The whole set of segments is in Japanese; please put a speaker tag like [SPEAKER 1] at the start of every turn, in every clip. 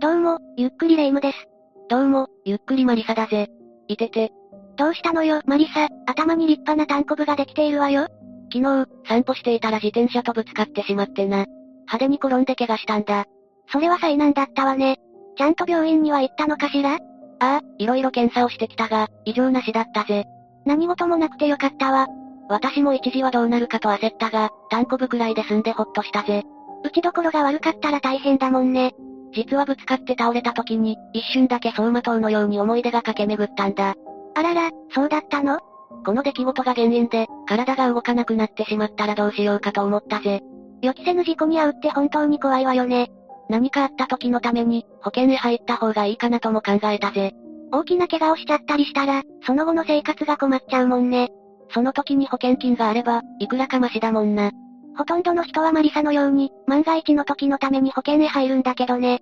[SPEAKER 1] どうも、ゆっくりレ夢ムです。
[SPEAKER 2] どうも、ゆっくりマリサだぜ。いてて、
[SPEAKER 1] どうしたのよ、マリサ。頭に立派なタンコブができているわよ。
[SPEAKER 2] 昨日、散歩していたら自転車とぶつかってしまってな。派手に転んで怪我したんだ。
[SPEAKER 1] それは災難だったわね。ちゃんと病院には行ったのかしら
[SPEAKER 2] ああ、いろいろ検査をしてきたが、異常なしだったぜ。
[SPEAKER 1] 何事もなくてよかったわ。
[SPEAKER 2] 私も一時はどうなるかと焦ったが、タンコブくらいで済んでほっとしたぜ。
[SPEAKER 1] 打ちどころが悪かったら大変だもんね。
[SPEAKER 2] 実はぶつかって倒れた時に、一瞬だけ走馬灯のように思い出が駆け巡ったんだ。
[SPEAKER 1] あらら、そうだったの
[SPEAKER 2] この出来事が原因で、体が動かなくなってしまったらどうしようかと思ったぜ。
[SPEAKER 1] 予期せぬ事故に遭うって本当に怖いわよね。
[SPEAKER 2] 何かあった時のために、保険へ入った方がいいかなとも考えたぜ。
[SPEAKER 1] 大きな怪我をしちゃったりしたら、その後の生活が困っちゃうもんね。
[SPEAKER 2] その時に保険金があれば、いくらかマシだもんな。
[SPEAKER 1] ほとんどの人はマリサのように、万が一の時のために保険へ入るんだけどね。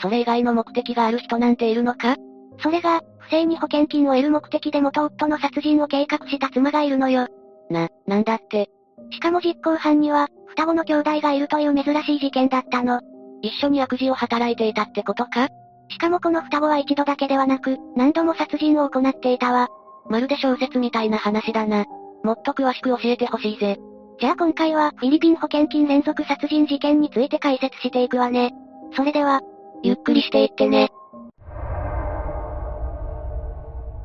[SPEAKER 2] それ以外の目的がある人なんているのか
[SPEAKER 1] それが、不正に保険金を得る目的で元夫の殺人を計画した妻がいるのよ。
[SPEAKER 2] な、なんだって。
[SPEAKER 1] しかも実行犯には、双子の兄弟がいるという珍しい事件だったの。
[SPEAKER 2] 一緒に悪事を働いていたってことか
[SPEAKER 1] しかもこの双子は一度だけではなく、何度も殺人を行っていたわ。
[SPEAKER 2] まるで小説みたいな話だな。もっと詳しく教えてほしいぜ。
[SPEAKER 1] じゃあ今回は、フィリピン保険金連続殺人事件について解説していくわね。それでは、
[SPEAKER 2] ゆっくりしていってね。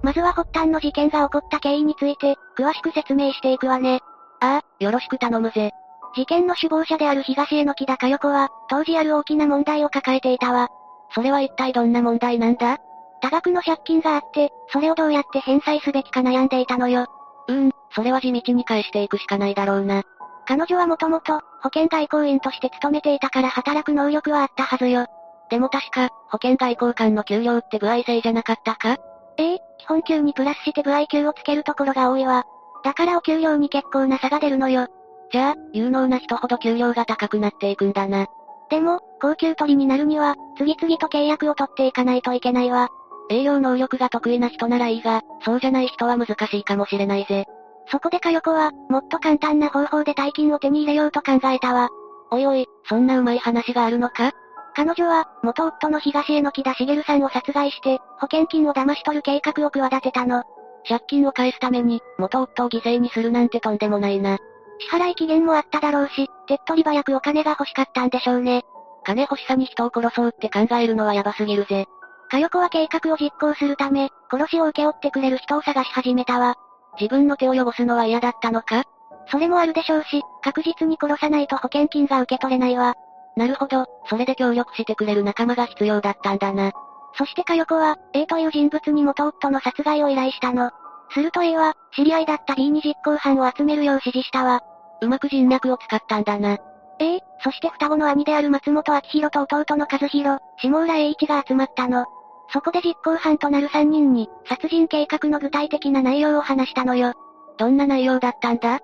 [SPEAKER 1] まずは発端の事件が起こった経緯について、詳しく説明していくわね。
[SPEAKER 2] ああ、よろしく頼むぜ。
[SPEAKER 1] 事件の首謀者である東江の木高横は、当時ある大きな問題を抱えていたわ。
[SPEAKER 2] それは一体どんな問題なんだ
[SPEAKER 1] 多額の借金があって、それをどうやって返済すべきか悩んでいたのよ。
[SPEAKER 2] うーん、それは地道に返していくしかないだろうな。
[SPEAKER 1] 彼女はもともと、保険外交員として勤めていたから働く能力はあったはずよ。
[SPEAKER 2] でも確か、保険外交官の給料って具合制じゃなかったか
[SPEAKER 1] ええ基本給にプラスして部合給をつけるところが多いわ。だからお給料に結構な差が出るのよ。
[SPEAKER 2] じゃあ、有能な人ほど給料が高くなっていくんだな。
[SPEAKER 1] でも、高級取りになるには、次々と契約を取っていかないといけないわ。
[SPEAKER 2] 営業能力が得意な人ならいいが、そうじゃない人は難しいかもしれないぜ。
[SPEAKER 1] そこでかよこは、もっと簡単な方法で大金を手に入れようと考えたわ。
[SPEAKER 2] おいおい、そんなうまい話があるのか
[SPEAKER 1] 彼女は、元夫の東江の木田茂さんを殺害して、保険金を騙し取る計画を企てたの。
[SPEAKER 2] 借金を返すために、元夫を犠牲にするなんてとんでもないな。
[SPEAKER 1] 支払い期限もあっただろうし、手っ取り早くお金が欲しかったんでしょうね。
[SPEAKER 2] 金欲しさに人を殺そうって考えるのはヤバすぎるぜ。
[SPEAKER 1] かよこは計画を実行するため、殺しを請け負ってくれる人を探し始めたわ。
[SPEAKER 2] 自分の手を汚すのは嫌だったのか
[SPEAKER 1] それもあるでしょうし、確実に殺さないと保険金が受け取れないわ。
[SPEAKER 2] なるほど、それで協力してくれる仲間が必要だったんだな。
[SPEAKER 1] そしてかよこは、A という人物に元夫の殺害を依頼したの。すると A は、知り合いだった B に実行犯を集めるよう指示したわ。
[SPEAKER 2] うまく人脈を使ったんだな。
[SPEAKER 1] A、そして双子の兄である松本明宏と弟の和弘、下浦栄一が集まったの。そこで実行犯となる3人に、殺人計画の具体的な内容を話したのよ。
[SPEAKER 2] どんな内容だったんだ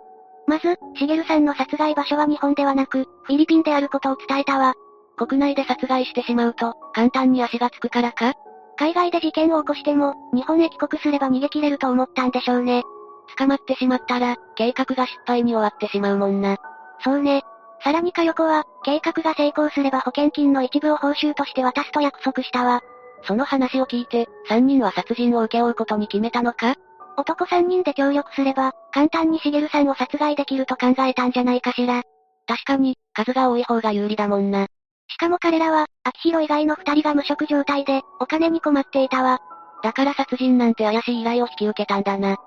[SPEAKER 1] まず、茂さんの殺害場所は日本ではなく、フィリピンであることを伝えたわ。
[SPEAKER 2] 国内で殺害してしまうと、簡単に足がつくからか
[SPEAKER 1] 海外で事件を起こしても、日本へ帰国すれば逃げ切れると思ったんでしょうね。
[SPEAKER 2] 捕まってしまったら、計画が失敗に終わってしまうもんな。
[SPEAKER 1] そうね。さらにかよこは、計画が成功すれば保険金の一部を報酬として渡すと約束したわ。
[SPEAKER 2] その話を聞いて、3人は殺人を請け負うことに決めたのか
[SPEAKER 1] 男3人で協力すれば、簡単に茂さんを殺害できると考えたんじゃないかしら。
[SPEAKER 2] 確かに、数が多い方が有利だもんな。
[SPEAKER 1] しかも彼らは、秋広以外の2人が無職状態で、お金に困っていたわ。
[SPEAKER 2] だから殺人なんて怪しい依頼を引き受けたんだな。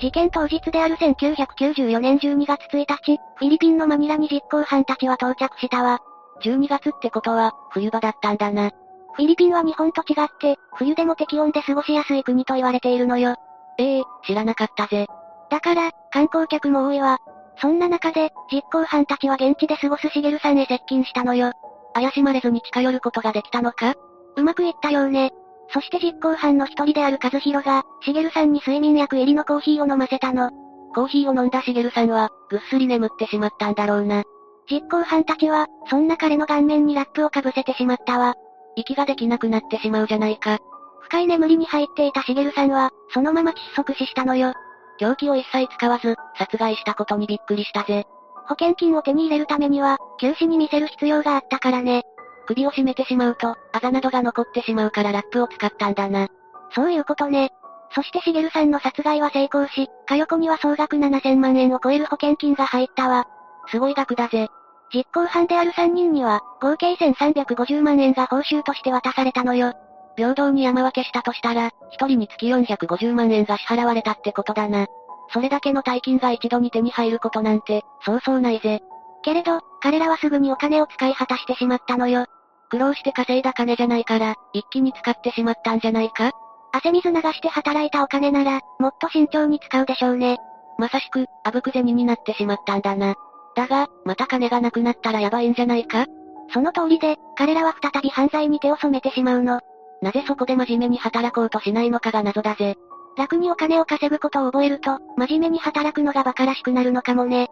[SPEAKER 1] 事件当日である1994年12月1日、フィリピンのマニラに実行犯たちは到着したわ。
[SPEAKER 2] 12月ってことは、冬場だったんだな。
[SPEAKER 1] フィリピンは日本と違って、冬でも適温で過ごしやすい国と言われているのよ。
[SPEAKER 2] ええ知らなかったぜ。
[SPEAKER 1] だから、観光客も多いわ。そんな中で、実行犯たちは現地で過ごす茂さんへ接近したのよ。
[SPEAKER 2] 怪しまれずに近寄ることができたのか
[SPEAKER 1] うまくいったようね。そして実行犯の一人である和弘が、茂さんに睡眠薬入りのコーヒーを飲ませたの。
[SPEAKER 2] コーヒーを飲んだしげるさんは、ぐっすり眠ってしまったんだろうな。
[SPEAKER 1] 実行犯たちは、そんな彼の顔面にラップをかぶせてしまったわ。
[SPEAKER 2] 息ができなくなってしまうじゃないか。
[SPEAKER 1] 深い眠りに入っていた茂さんは、そのまま窒息死したのよ。
[SPEAKER 2] 凶器を一切使わず、殺害したことにびっくりしたぜ。
[SPEAKER 1] 保険金を手に入れるためには、九死に見せる必要があったからね。
[SPEAKER 2] 首を絞めてしまうと、あざなどが残ってしまうからラップを使ったんだな。
[SPEAKER 1] そういうことね。そしてしげるさんの殺害は成功し、かよこには総額7000万円を超える保険金が入ったわ。
[SPEAKER 2] すごい額だぜ。
[SPEAKER 1] 実行犯である3人には、合計1350万円が報酬として渡されたのよ。
[SPEAKER 2] 平等に山分けしたとしたら、一人につき450万円が支払われたってことだな。それだけの大金が一度に手に入ることなんて、そうそうないぜ。
[SPEAKER 1] けれど、彼らはすぐにお金を使い果たしてしまったのよ。
[SPEAKER 2] 苦労して稼いだ金じゃないから、一気に使ってしまったんじゃないか
[SPEAKER 1] 汗水流して働いたお金なら、もっと慎重に使うでしょうね。
[SPEAKER 2] まさしく、あぶく銭になってしまったんだな。だが、また金がなくなったらやばいんじゃないか
[SPEAKER 1] その通りで、彼らは再び犯罪に手を染めてしまうの。
[SPEAKER 2] なぜそこで真面目に働こうとしないのかが謎だぜ。
[SPEAKER 1] 楽にお金を稼ぐことを覚えると、真面目に働くのが馬鹿らしくなるのかもね。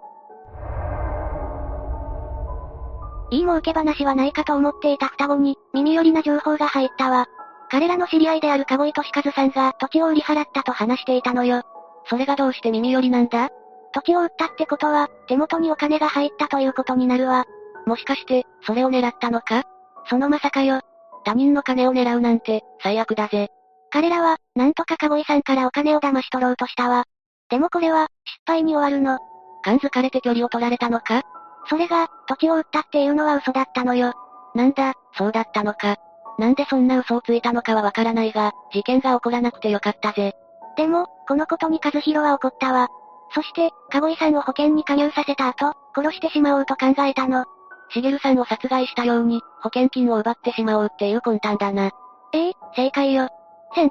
[SPEAKER 1] いい儲け話はないかと思っていた双子に、耳寄りな情報が入ったわ。彼らの知り合いである籠井俊和さんが土地を売り払ったと話していたのよ。
[SPEAKER 2] それがどうして耳寄りなんだ
[SPEAKER 1] 土地を売ったってことは、手元にお金が入ったということになるわ。
[SPEAKER 2] もしかして、それを狙ったのか
[SPEAKER 1] そのまさかよ。
[SPEAKER 2] 他人の金を狙うなんて、最悪だぜ。
[SPEAKER 1] 彼らは、なんとか籠井さんからお金を騙し取ろうとしたわ。でもこれは、失敗に終わるの。
[SPEAKER 2] 感づかれて距離を取られたのか
[SPEAKER 1] それが、土地を売ったっていうのは嘘だったのよ。
[SPEAKER 2] なんだ、そうだったのか。なんでそんな嘘をついたのかはわからないが、事件が起こらなくてよかったぜ。
[SPEAKER 1] でも、このことに和弘は怒ったわ。そして、籠井さんを保険に加入させた後、殺してしまおうと考えたの。
[SPEAKER 2] 茂さんを殺害したように、保険金を奪ってしまおうっていう魂胆だな。
[SPEAKER 1] ええ正解よ。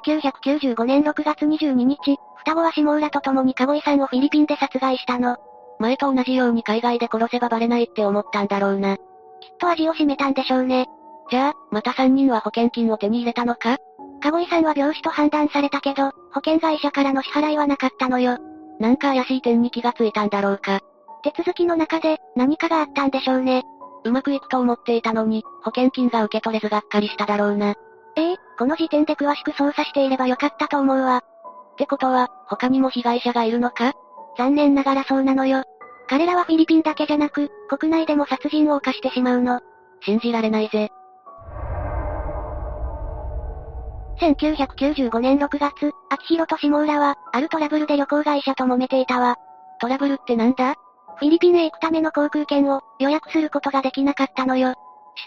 [SPEAKER 1] 1995年6月22日、双子は下浦と共に籠井さんをフィリピンで殺害したの。
[SPEAKER 2] 前と同じように海外で殺せばバレないって思ったんだろうな。きっ
[SPEAKER 1] と味を占めたんでしょうね。
[SPEAKER 2] じゃあ、また3人は保険金を手に入れたのか
[SPEAKER 1] 籠井さんは病死と判断されたけど、保険会社からの支払いはなかったのよ。
[SPEAKER 2] なんか怪しい点に気がついたんだろうか。
[SPEAKER 1] 手続きの中で、何かがあったんでしょうね。
[SPEAKER 2] うまくいくと思っていたのに、保険金が受け取れずがっかりしただろうな。
[SPEAKER 1] ええこの時点で詳しく捜査していればよかったと思うわ。
[SPEAKER 2] ってことは、他にも被害者がいるのか
[SPEAKER 1] 残念ながらそうなのよ。彼らはフィリピンだけじゃなく、国内でも殺人を犯してしまうの。
[SPEAKER 2] 信じられないぜ。
[SPEAKER 1] 1995年6月、秋広と下浦は、あるトラブルで旅行会社と揉めていたわ。
[SPEAKER 2] トラブルってなんだ
[SPEAKER 1] フィリピンへ行くための航空券を予約することができなかったのよ。し
[SPEAKER 2] っ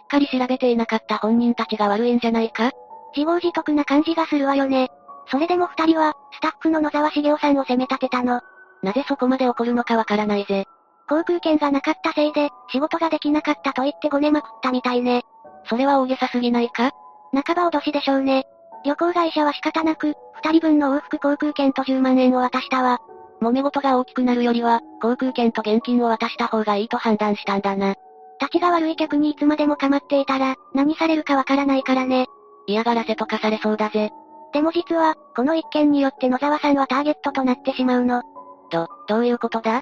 [SPEAKER 2] かり調べていなかった本人たちが悪いんじゃないか
[SPEAKER 1] 自業自得な感じがするわよね。それでも二人は、スタッフの野沢茂雄さんを責め立てたの。
[SPEAKER 2] なぜそこまで怒るのかわからないぜ。
[SPEAKER 1] 航空券がなかったせいで、仕事ができなかったと言ってごねまくったみたいね。
[SPEAKER 2] それは大げさすぎないか
[SPEAKER 1] 半ば脅しでしょうね。旅行会社は仕方なく、二人分の往復航空券と10万円を渡したわ。
[SPEAKER 2] 揉め事が大きくなるよりは、航空券と現金を渡した方がいいと判断したんだな。
[SPEAKER 1] 立ちが悪い客にいつまでも構っていたら、何されるかわからないからね。
[SPEAKER 2] 嫌がらせとかされそうだぜ。
[SPEAKER 1] でも実は、この一件によって野沢さんはターゲットとなってしまうの。
[SPEAKER 2] ど、どういうことだ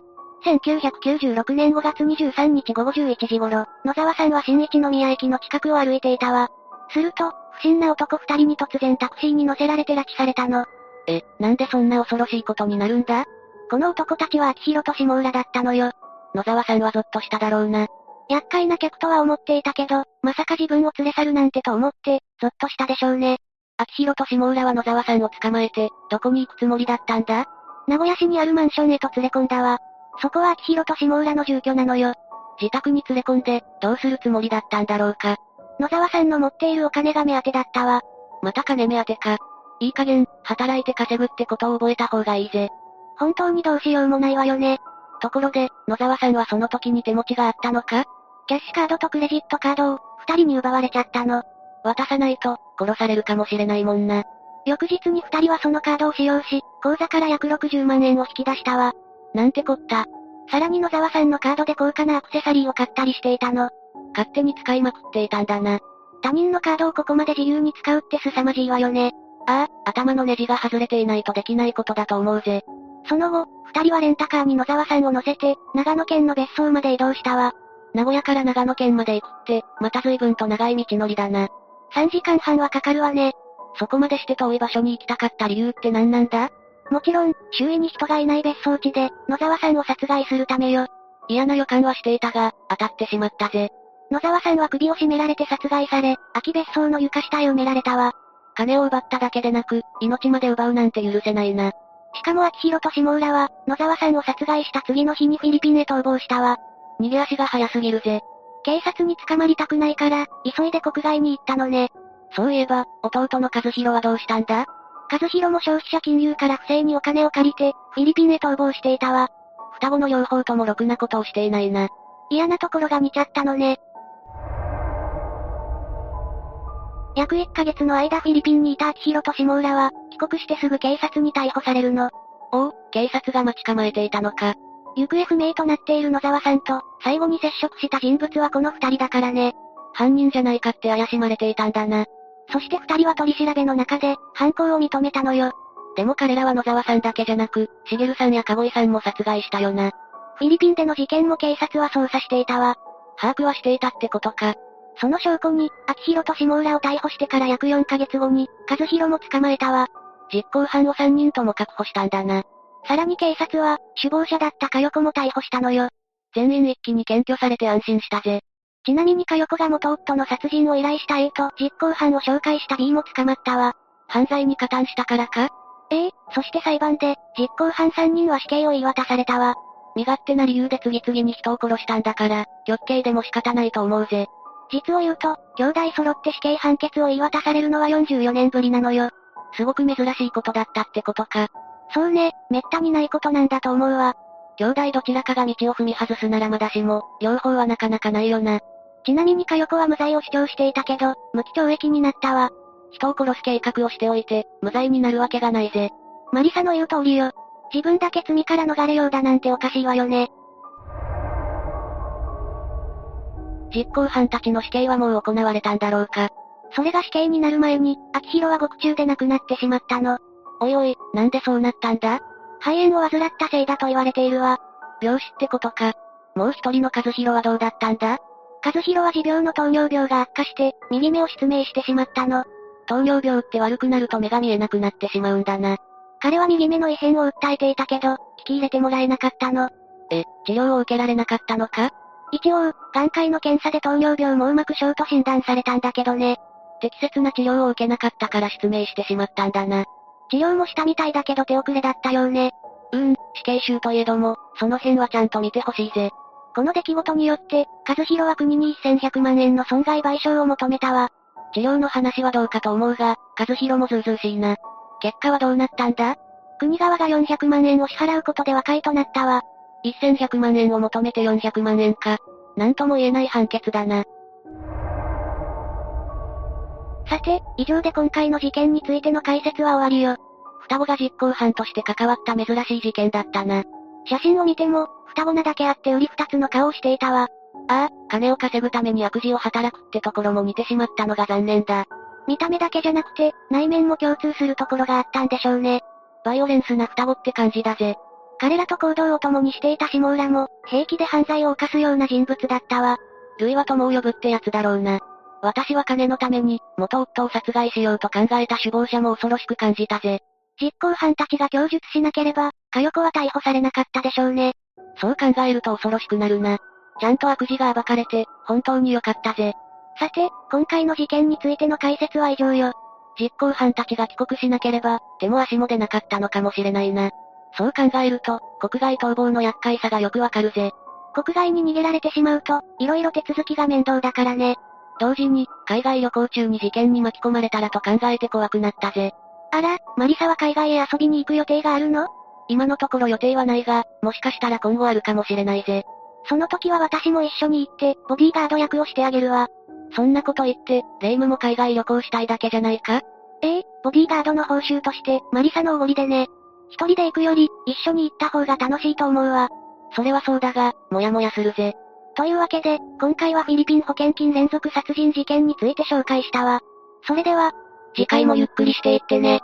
[SPEAKER 1] ?1996 年5月23日午後11時頃、野沢さんは新一宮駅の近くを歩いていたわ。すると、不審な男二人に突然タクシーに乗せられて拉致されたの。
[SPEAKER 2] え、なんでそんな恐ろしいことになるんだ
[SPEAKER 1] この男たちは秋広と下浦だったのよ。
[SPEAKER 2] 野沢さんはゾッとしただろうな。
[SPEAKER 1] 厄介な客とは思っていたけど、まさか自分を連れ去るなんてと思って、ゾッとしたでしょうね。
[SPEAKER 2] 秋広と下浦は野沢さんを捕まえて、どこに行くつもりだったんだ
[SPEAKER 1] 名古屋市にあるマンションへと連れ込んだわ。そこは秋広と下浦の住居なのよ。
[SPEAKER 2] 自宅に連れ込んで、どうするつもりだったんだろうか。
[SPEAKER 1] 野沢さんの持っているお金が目当てだったわ。
[SPEAKER 2] また金目当てか。いい加減、働いて稼ぐってことを覚えた方がいいぜ。
[SPEAKER 1] 本当にどうしようもないわよね。
[SPEAKER 2] ところで、野沢さんはその時に手持ちがあったのか
[SPEAKER 1] キャッシュカードとクレジットカードを、二人に奪われちゃったの。
[SPEAKER 2] 渡さないと、殺されるかもしれないもんな。
[SPEAKER 1] 翌日に二人はそのカードを使用し、口座から約60万円を引き出したわ。
[SPEAKER 2] なんてこった。
[SPEAKER 1] さらに野沢さんのカードで高価なアクセサリーを買ったりしていたの。
[SPEAKER 2] 勝手に使いまくっていたんだな。
[SPEAKER 1] 他人のカードをここまで自由に使うって凄まじいわよね。
[SPEAKER 2] ああ、頭のネジが外れていないとできないことだと思うぜ。
[SPEAKER 1] その後、二人はレンタカーに野沢さんを乗せて、長野県の別荘まで移動したわ。
[SPEAKER 2] 名古屋から長野県まで行くって、また随分と長い道のりだな。
[SPEAKER 1] 3時間半はかかるわね。
[SPEAKER 2] そこまでして遠い場所に行きたかった理由って何なんだ
[SPEAKER 1] もちろん、周囲に人がいない別荘地で、野沢さんを殺害するためよ。
[SPEAKER 2] 嫌な予感はしていたが、当たってしまったぜ。
[SPEAKER 1] 野沢さんは首を絞められて殺害され、秋別荘の床下へ埋められたわ。
[SPEAKER 2] 金を奪っただけでなく、命まで奪うなんて許せないな。
[SPEAKER 1] しかも秋広と下浦は、野沢さんを殺害した次の日にフィリピンへ逃亡したわ。
[SPEAKER 2] 逃げ足が早すぎるぜ。
[SPEAKER 1] 警察に捕まりたくないから、急いで国外に行ったのね。
[SPEAKER 2] そういえば、弟の和弘はどうしたんだ
[SPEAKER 1] 和弘も消費者金融から不正にお金を借りて、フィリピンへ逃亡していたわ。
[SPEAKER 2] 双子の両方ともろくなことをしていないな。
[SPEAKER 1] 嫌なところが似ちゃったのね。約1ヶ月の間フィリピンにいた秋広と下浦は、帰国してすぐ警察に逮捕されるの。
[SPEAKER 2] おお、警察が待ち構えていたのか。
[SPEAKER 1] 行方不明となっている野沢さんと、最後に接触した人物はこの二人だからね。
[SPEAKER 2] 犯人じゃないかって怪しまれていたんだな。
[SPEAKER 1] そして二人は取り調べの中で、犯行を認めたのよ。
[SPEAKER 2] でも彼らは野沢さんだけじゃなく、茂さんや籠井さんも殺害したよな。
[SPEAKER 1] フィリピンでの事件も警察は捜査していたわ。
[SPEAKER 2] 把握はしていたってことか。
[SPEAKER 1] その証拠に、秋広と下浦を逮捕してから約4ヶ月後に、和弘も捕まえたわ。
[SPEAKER 2] 実行犯を3人とも確保したんだな。
[SPEAKER 1] さらに警察は、首謀者だった佳代子も逮捕したのよ。
[SPEAKER 2] 全員一気に検挙されて安心したぜ。
[SPEAKER 1] ちなみに佳代子が元夫の殺人を依頼した A と実行犯を紹介した B も捕まったわ。
[SPEAKER 2] 犯罪に加担したからか
[SPEAKER 1] ええ、そして裁判で、実行犯3人は死刑を言い渡されたわ。
[SPEAKER 2] 身勝手な理由で次々に人を殺したんだから、極刑でも仕方ないと思うぜ。
[SPEAKER 1] 実を言うと、兄弟揃って死刑判決を言い渡されるのは44年ぶりなのよ。
[SPEAKER 2] すごく珍しいことだったってことか。
[SPEAKER 1] そうね、滅多にないことなんだと思うわ。
[SPEAKER 2] 兄弟どちらかが道を踏み外すならまだしも、両方はなかなかないよな。
[SPEAKER 1] ちなみに佳代子は無罪を主張していたけど、無期懲役になったわ。
[SPEAKER 2] 人を殺す計画をしておいて、無罪になるわけがないぜ。
[SPEAKER 1] マリサの言う通りよ。自分だけ罪から逃れようだなんておかしいわよね。
[SPEAKER 2] 実行犯たちの死刑はもう行われたんだろうか。
[SPEAKER 1] それが死刑になる前に、秋広は獄中で亡くなってしまったの。
[SPEAKER 2] おいおい、なんでそうなったんだ
[SPEAKER 1] 肺炎を患ったせいだと言われているわ。
[SPEAKER 2] 病死ってことか。もう一人の和弘はどうだったんだ
[SPEAKER 1] 和弘は持病の糖尿病が悪化して、右目を失明してしまったの。
[SPEAKER 2] 糖尿病って悪くなると目が見えなくなってしまうんだな。
[SPEAKER 1] 彼は右目の異変を訴えていたけど、聞き入れてもらえなかったの。
[SPEAKER 2] え、治療を受けられなかったのか
[SPEAKER 1] 一応、眼科医の検査で糖尿病網膜症と診断されたんだけどね。
[SPEAKER 2] 適切な治療を受けなかったから失明してしまったんだな。
[SPEAKER 1] 治療もしたみたいだけど手遅れだったようね。
[SPEAKER 2] うーん、死刑囚といえども、その辺はちゃんと見てほしいぜ。
[SPEAKER 1] この出来事によって、和弘は国に1100万円の損害賠償を求めたわ。
[SPEAKER 2] 治療の話はどうかと思うが、和弘もずうずうしいな。結果はどうなったんだ
[SPEAKER 1] 国側が400万円を支払うことで和解となったわ。
[SPEAKER 2] 1100万円を求めて400万円か。なんとも言えない判決だな。
[SPEAKER 1] さて、以上で今回の事件についての解説は終わりよ。
[SPEAKER 2] 双子が実行犯として関わった珍しい事件だったな。
[SPEAKER 1] 写真を見ても、双子なだけあって売り二つの顔をしていたわ。
[SPEAKER 2] ああ、金を稼ぐために悪事を働くってところも似てしまったのが残念だ。
[SPEAKER 1] 見た目だけじゃなくて、内面も共通するところがあったんでしょうね。
[SPEAKER 2] バイオレンスな双子って感じだぜ。
[SPEAKER 1] 彼らと行動を共にしていた下浦も、平気で犯罪を犯すような人物だったわ。
[SPEAKER 2] 類は友を呼ぶってやつだろうな。私は金のために、元夫を殺害しようと考えた首謀者も恐ろしく感じたぜ。
[SPEAKER 1] 実行犯たちが供述しなければ、佳代子は逮捕されなかったでしょうね。
[SPEAKER 2] そう考えると恐ろしくなるな。ちゃんと悪事が暴かれて、本当に良かったぜ。
[SPEAKER 1] さて、今回の事件についての解説は以上よ。
[SPEAKER 2] 実行犯たちが帰国しなければ、手も足も出なかったのかもしれないな。そう考えると、国外逃亡の厄介さがよくわかるぜ。
[SPEAKER 1] 国外に逃げられてしまうと、いろいろ手続きが面倒だからね。
[SPEAKER 2] 同時に、海外旅行中に事件に巻き込まれたらと考えて怖くなったぜ。
[SPEAKER 1] あら、マリサは海外へ遊びに行く予定があるの
[SPEAKER 2] 今のところ予定はないが、もしかしたら今後あるかもしれないぜ。
[SPEAKER 1] その時は私も一緒に行って、ボディーガード役をしてあげるわ。
[SPEAKER 2] そんなこと言って、レイムも海外旅行したいだけじゃないか
[SPEAKER 1] ええ、ボディーガードの報酬として、マリサのおごりでね。一人で行くより、一緒に行った方が楽しいと思うわ。
[SPEAKER 2] それはそうだが、もやもやするぜ。
[SPEAKER 1] というわけで、今回はフィリピン保険金連続殺人事件について紹介したわ。それでは、
[SPEAKER 2] 次回もゆっくりしていってね。